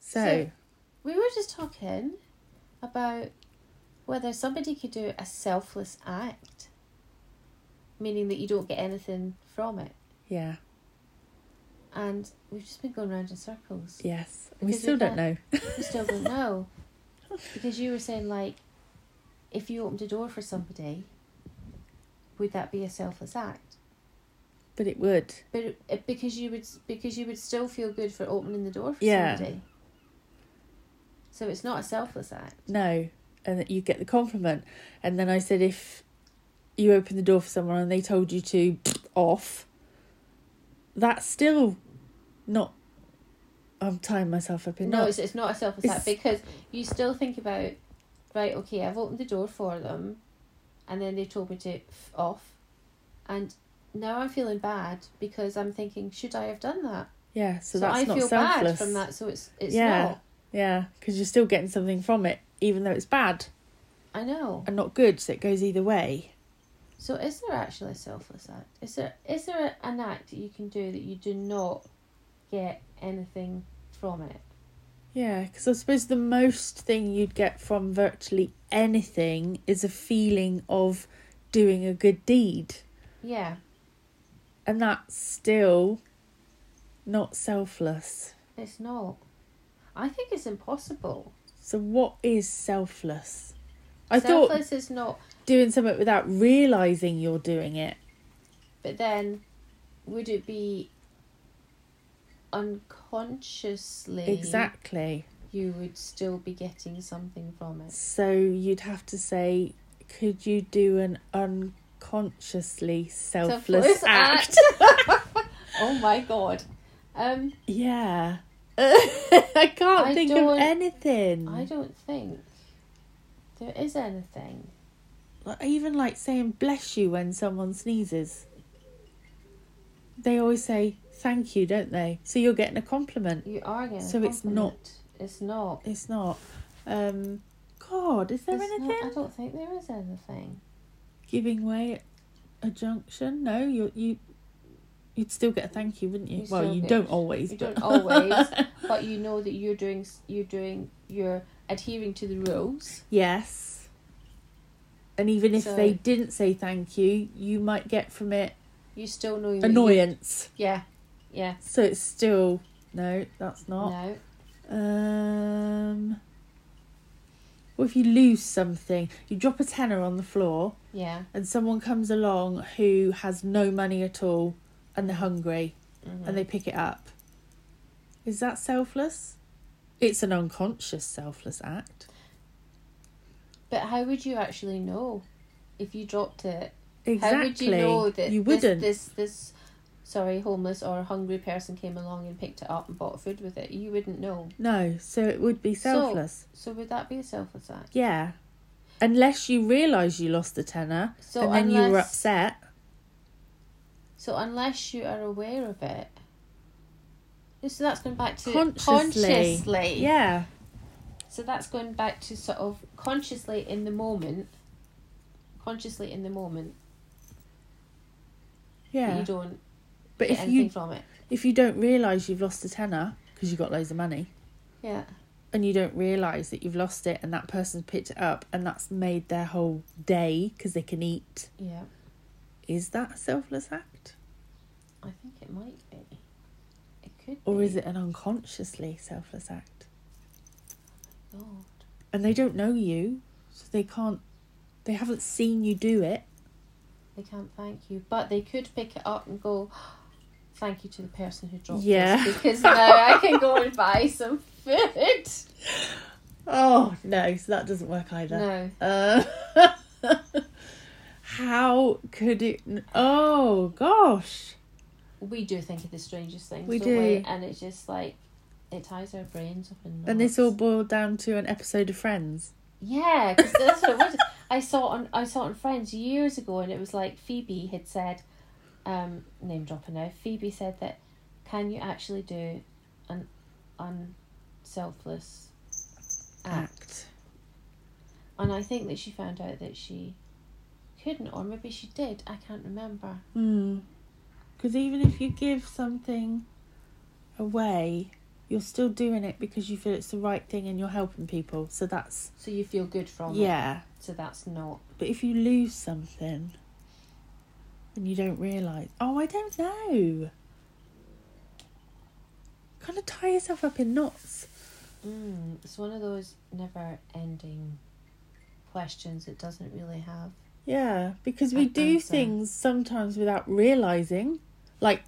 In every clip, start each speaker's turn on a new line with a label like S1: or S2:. S1: So,
S2: So- We were just talking about whether somebody could do a selfless act, meaning that you don't get anything from it.
S1: yeah,
S2: And we've just been going round in circles.
S1: yes. We
S2: Because
S1: still
S2: we
S1: don't know.
S2: We still don't know. Because you were saying, like, if you opened a door for somebody, would that be a selfless act?
S1: but it would.
S2: But it- it, because you would, because you would still feel good for opening the door for
S1: Yeah.
S2: somebody. So it's not a selfless act.
S1: No. And that you get the compliment. And then I said, if you open the door for someone and they told you to off, that's still not. I'm tying myself up in
S2: No,
S1: knots.
S2: it's, it's not a selfless
S1: It's-
S2: act because you still think about, right, okay, I've opened the door for them and then they told me to f off. And now I'm feeling bad because I'm thinking, should I have done that?
S1: Yeah,
S2: So,
S1: so, that's
S2: I
S1: not
S2: feel bad
S1: selfless.
S2: from that, so it's, it's
S1: Yeah.
S2: not.
S1: Yeah, because you're still getting something from it, even though it's bad
S2: I know.
S1: and not good. So it goes either way.
S2: So is there actually a selfless act? Is there is there an act that you can do that you do not get anything from it?
S1: Yeah, because I suppose the most thing you'd get from virtually anything is a feeling of doing a good deed.
S2: Yeah,
S1: And that's still not selfless.
S2: it's not. I think it's impossible.
S1: So, what is selfless? I thought
S2: selfless is not
S1: doing something without realizing you're doing it.
S2: But then, would it be unconsciously
S1: Exactly.
S2: you would still be getting something from it?
S1: So, you'd have to say, could you do an unconsciously selfless,
S2: Selfless
S1: act?
S2: Oh my god. Um,
S1: Yeah. I can't
S2: I
S1: think of
S2: don't-
S1: anything.
S2: I don't think there is anything.
S1: Like, even like saying bless you when someone sneezes. They always say thank you, don't they? So you're getting a compliment.
S2: You are getting. a
S1: So it's
S2: compliment. It's not.
S1: It's not. Um God, is there
S2: It's
S1: anything?
S2: not- I don't think there is anything.
S1: Giving way at a junction? No, you you you'd still get a thank you, wouldn't you?
S2: You
S1: well
S2: still
S1: you
S2: get-
S1: don't always
S2: You
S1: but-
S2: don't always, but you know that you're doing. s- You're doing. You're adhering to the rules.
S1: Yes. And even if
S2: So-
S1: they didn't say thank you, you might get from it
S2: You still know. that you-
S1: annoyance.
S2: Yeah. Yeah.
S1: So it's still no, that's not.
S2: No.
S1: Um What if you lose something? You drop a tenner on the floor
S2: Yeah.
S1: and someone comes along who has no money at all and they're hungry
S2: Mm-hmm.
S1: and they pick it up. Is that selfless? It's an unconscious selfless act.
S2: But how would you actually know if you dropped it?
S1: Exactly.
S2: How would you know that
S1: you
S2: this-
S1: wouldn't.
S2: This, this sorry homeless or hungry person came along and picked it up and bought food with it? You wouldn't know.
S1: No, so it would be
S2: So-
S1: selfless.
S2: So would that be a selfless act?
S1: yeah. Unless you realise you lost the tenner
S2: So
S1: and then you were
S2: unless-
S1: upset.
S2: So unless you are aware of it. So that's going back to
S1: Consciously.
S2: consciously.
S1: Yeah.
S2: So that's going back to sort of consciously in the moment. Consciously in the moment, that
S1: Yeah.
S2: you don't
S1: But
S2: get
S1: if
S2: anything
S1: you
S2: from it.
S1: if you don't realise you've lost a tenner because you've got loads of money,
S2: Yeah.
S1: and you don't realise that you've lost it, and that person's picked it up, and that's made their whole day because they can eat,
S2: Yeah.
S1: is that a selfless act,
S2: I think it might be. It could.
S1: or
S2: be.
S1: is it an unconsciously selfless act?
S2: God.
S1: And they don't know you, so they can't, they haven't seen you do it.
S2: They can't thank you, but they could pick it up and go, "Thank you to the person who dropped
S1: Yeah.
S2: this," because now I can go and buy some food.
S1: Oh no, so that doesn't work either.
S2: No,
S1: Uh, how could it? Oh gosh.
S2: we do think of the strangest things,
S1: We
S2: don't we?
S1: do.
S2: And it's just like it ties our brains up in knots.
S1: And this all boiled down to an episode of Friends.
S2: yeah, because that's what it was. I saw on I saw it on Friends years ago, and it was like Phoebe had said, um, name dropping now. Phoebe said that, "Can you actually do an unselfless act?"
S1: Act.
S2: And I think that she found out that she couldn't, or maybe she did. I can't remember.
S1: Hmm. Because even if you give something away you're still doing it because you feel it's the right thing and you're helping people. So that's
S2: So you feel good from it.
S1: yeah.
S2: So that's not.
S1: But if you lose something and you don't realise, oh, I don't know, kind of tie yourself up in knots.
S2: Mm, it's one of those never ending questions that doesn't really have.
S1: Yeah, because we
S2: An
S1: do
S2: answer.
S1: things sometimes without realising. Like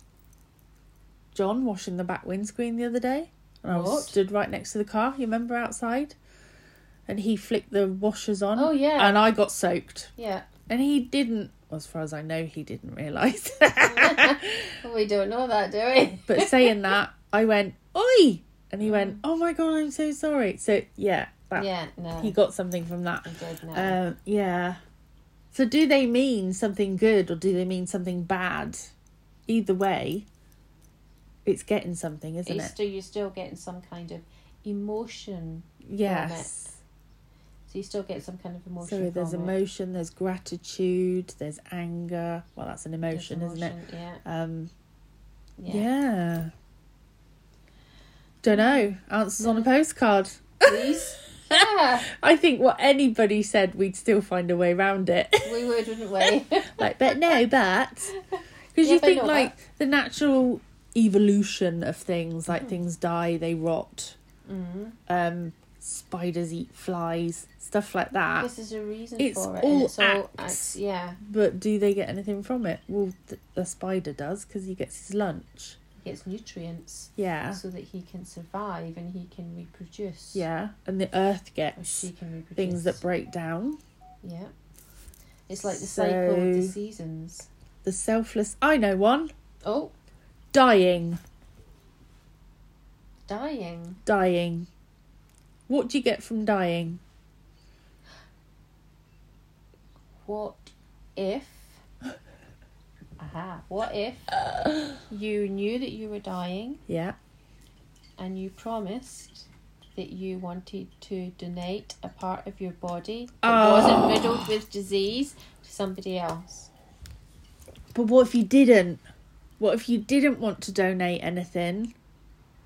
S1: John washing the back windscreen the other day. And I
S2: What?
S1: was stood right next to the car, you remember outside? And he flicked the washers on.
S2: Oh, yeah.
S1: And I got soaked.
S2: Yeah.
S1: And he didn't, as far as I know, he didn't realise.
S2: we don't know that, do we?
S1: But saying that, I went, Oi! And he went, Oh my god, I'm so sorry. So, yeah, that,
S2: Mm. yeah, no.
S1: he got something from that.
S2: I did know.
S1: Um, yeah. So, do they mean something good or do they mean something bad? Either way, it's getting something, isn't it?
S2: Easter, you're still getting some kind of emotion.
S1: Yes.
S2: So you still get some kind of emotion.
S1: So, there's
S2: from it.
S1: emotion, there's gratitude, there's anger. Well, that's an
S2: There's
S1: emotion, isn't it?
S2: emotion, Yeah.
S1: Um,
S2: Yeah.
S1: yeah. Don't know. Answers on a postcard.
S2: Please. Ah, yeah.
S1: I think what anybody said, we'd still find a way around it.
S2: We would, wouldn't we?
S1: like, but no, but because
S2: Yeah,
S1: you
S2: but
S1: think
S2: no,
S1: like the natural evolution of things, like things die, they rot,
S2: Hmm. mm.
S1: um, spiders eat flies, stuff like that.
S2: This is a reason
S1: Ah, It's
S2: for it.
S1: all
S2: and it's all
S1: acts.
S2: acts, Yeah.
S1: But do they get anything from it? Well, th- the spider does because he gets his lunch.
S2: He gets nutrients
S1: Yeah,
S2: so that he can survive and he can reproduce.
S1: yeah, and the earth
S2: Or
S1: gets
S2: Oh, she can reproduce.
S1: things that break down.
S2: Yeah. It's like the cycle of the
S1: So-
S2: seasons.
S1: The selfless, I know one,
S2: Oh,
S1: dying.
S2: dying.
S1: dying. What do you get from dying?
S2: What if. Aha. What if you knew that you were dying
S1: Yeah.
S2: and you promised that you wanted to donate a part of your body that
S1: Oh.
S2: wasn't riddled with disease to somebody else?
S1: But what if you didn't? What if you didn't want to donate anything?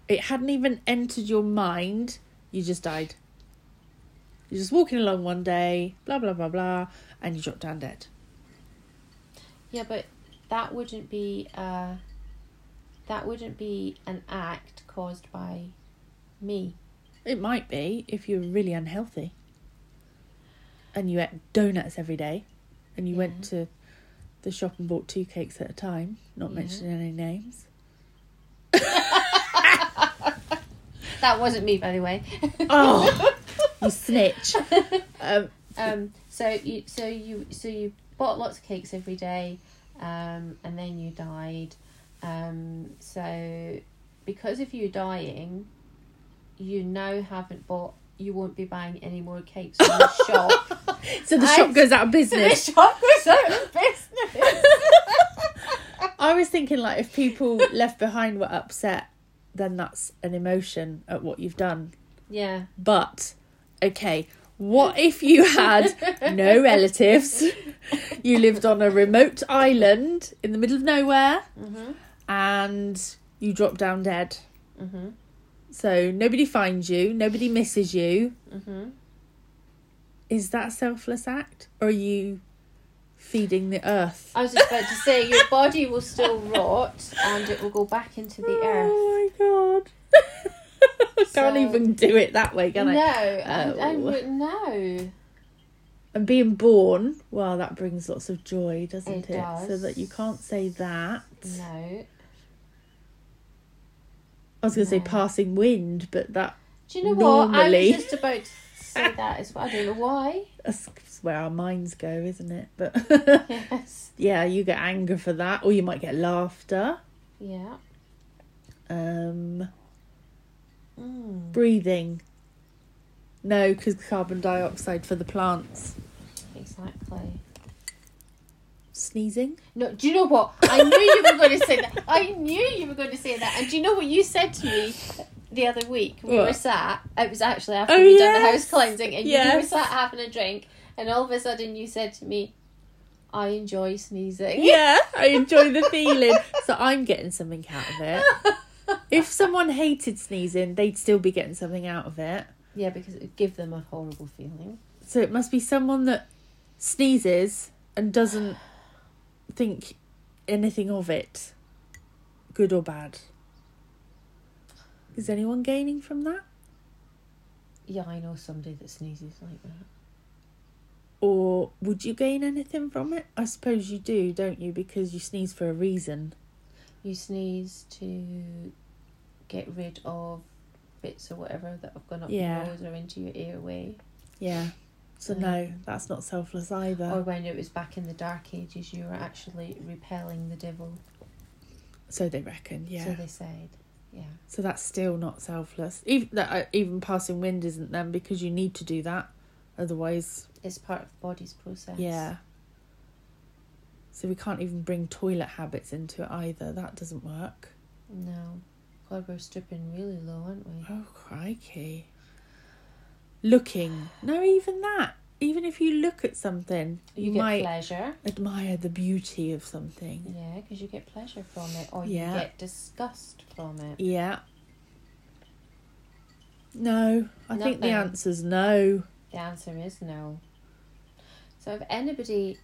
S1: It hadn't even entered your mind. You just died. You're just walking along one day, blah, blah, blah, blah, and you drop down dead.
S2: Yeah, but that wouldn't be uh that wouldn't be an act caused by me.
S1: It might be if you're really unhealthy and you ate donuts every day and you went to the shop and bought two cakes at a time, not
S2: Yeah.
S1: mentioning any names.
S2: That wasn't me, by the way.
S1: Oh, you snitch. Um,
S2: um, so you, so you, so you bought lots of cakes every day, um, and then you died. Um, so because of you dying, you now haven't bought. You won't be buying any more cakes from the shop.
S1: So the
S2: I-
S1: shop goes out of
S2: So the
S1: business.
S2: shop was out of business.
S1: I was thinking like if people left behind were upset, then that's an emotion at what you've done.
S2: yeah.
S1: But okay, what if you had no relatives? You lived on a remote island in the middle of nowhere
S2: Mhm.
S1: and you drop down dead.
S2: Mhm.
S1: So nobody finds you, nobody misses you.
S2: Mhm.
S1: Is that a selfless act? Or are you feeding the earth?
S2: I was just about to say your body will still rot and it will go back into the earth.
S1: Oh my god. I can't
S2: So-
S1: even do it that way, can
S2: no,
S1: I?
S2: I, I,
S1: Oh.
S2: would- no.
S1: And being born, well, that brings lots of joy, doesn't it?
S2: It does.
S1: So that you can't say that.
S2: No.
S1: I was going to
S2: No.
S1: say passing wind, but that
S2: Do you know what? I was
S1: Normally.
S2: just about to say that as well. I don't know why.
S1: that's where our minds go, isn't it? But
S2: Yes.
S1: yeah, you get anger for that, or you might get laughter.
S2: Yeah.
S1: Um, Hmm.
S2: Mm.
S1: breathing. No, because carbon dioxide for the plants.
S2: Exactly.
S1: Sneezing.
S2: No, do you know what? I knew you were going to say that. I knew you were going to say that. And do you know what you said to me the other week? We were
S1: What?
S2: sat. It was actually after
S1: Oh,
S2: we'd done the
S1: yes.
S2: house cleansing, and you were
S1: Yes.
S2: sat having a drink, and all of a sudden you said to me, "I enjoy sneezing."
S1: Yeah, I enjoy the feeling. So I'm getting something out of it. if someone hated sneezing, they'd still be getting something out of it.
S2: Yeah, because it would give them a horrible feeling.
S1: So it must be someone that sneezes and doesn't think anything of it, good or bad. Is anyone gaining from that?
S2: Yeah, I know somebody that sneezes like that.
S1: Or would you gain anything from it? I suppose you do, don't you? Because you sneeze for a reason.
S2: You sneeze to get rid of bits or whatever that have gone up
S1: Yeah.
S2: your nose or into your airway.
S1: Yeah. So,
S2: Mm.
S1: no, that's not selfless either.
S2: Or when it was back in the dark ages, you were actually repelling the devil.
S1: so they reckon, yeah.
S2: So they said, yeah.
S1: So that's still not selfless. Even that, uh, even passing wind isn't then because you need to do that, otherwise,
S2: It's part of the body's process.
S1: yeah. So we can't even bring toilet habits into it either. That doesn't work.
S2: No. God, we're stripping really low, aren't we?
S1: Oh crikey! Looking, no, even that. Even if you look at something,
S2: You,
S1: you,
S2: get
S1: might
S2: pleasure.
S1: admire the beauty of something.
S2: Yeah, because you get pleasure from it, or
S1: Yeah.
S2: you get disgust from it.
S1: Yeah. No, I think the
S2: Nothing.
S1: answer's no.
S2: The answer is no. So if anybody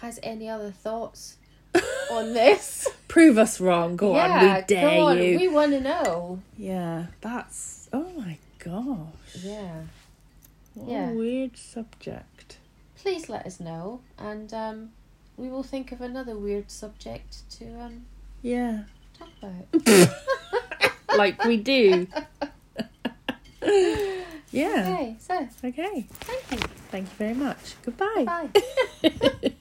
S2: has any other thoughts on this,
S1: Prove us wrong. Go on,
S2: yeah,
S1: we dare
S2: come on,
S1: you.
S2: we want to know.
S1: Yeah, that's oh my gosh.
S2: Yeah.
S1: What
S2: yeah.
S1: a weird subject.
S2: please let us know and um, we will think of another weird subject to um,
S1: Yeah.
S2: talk about.
S1: like we do. yeah.
S2: Okay, so
S1: Okay.
S2: thank you.
S1: Thank you very much. Goodbye.
S2: Bye.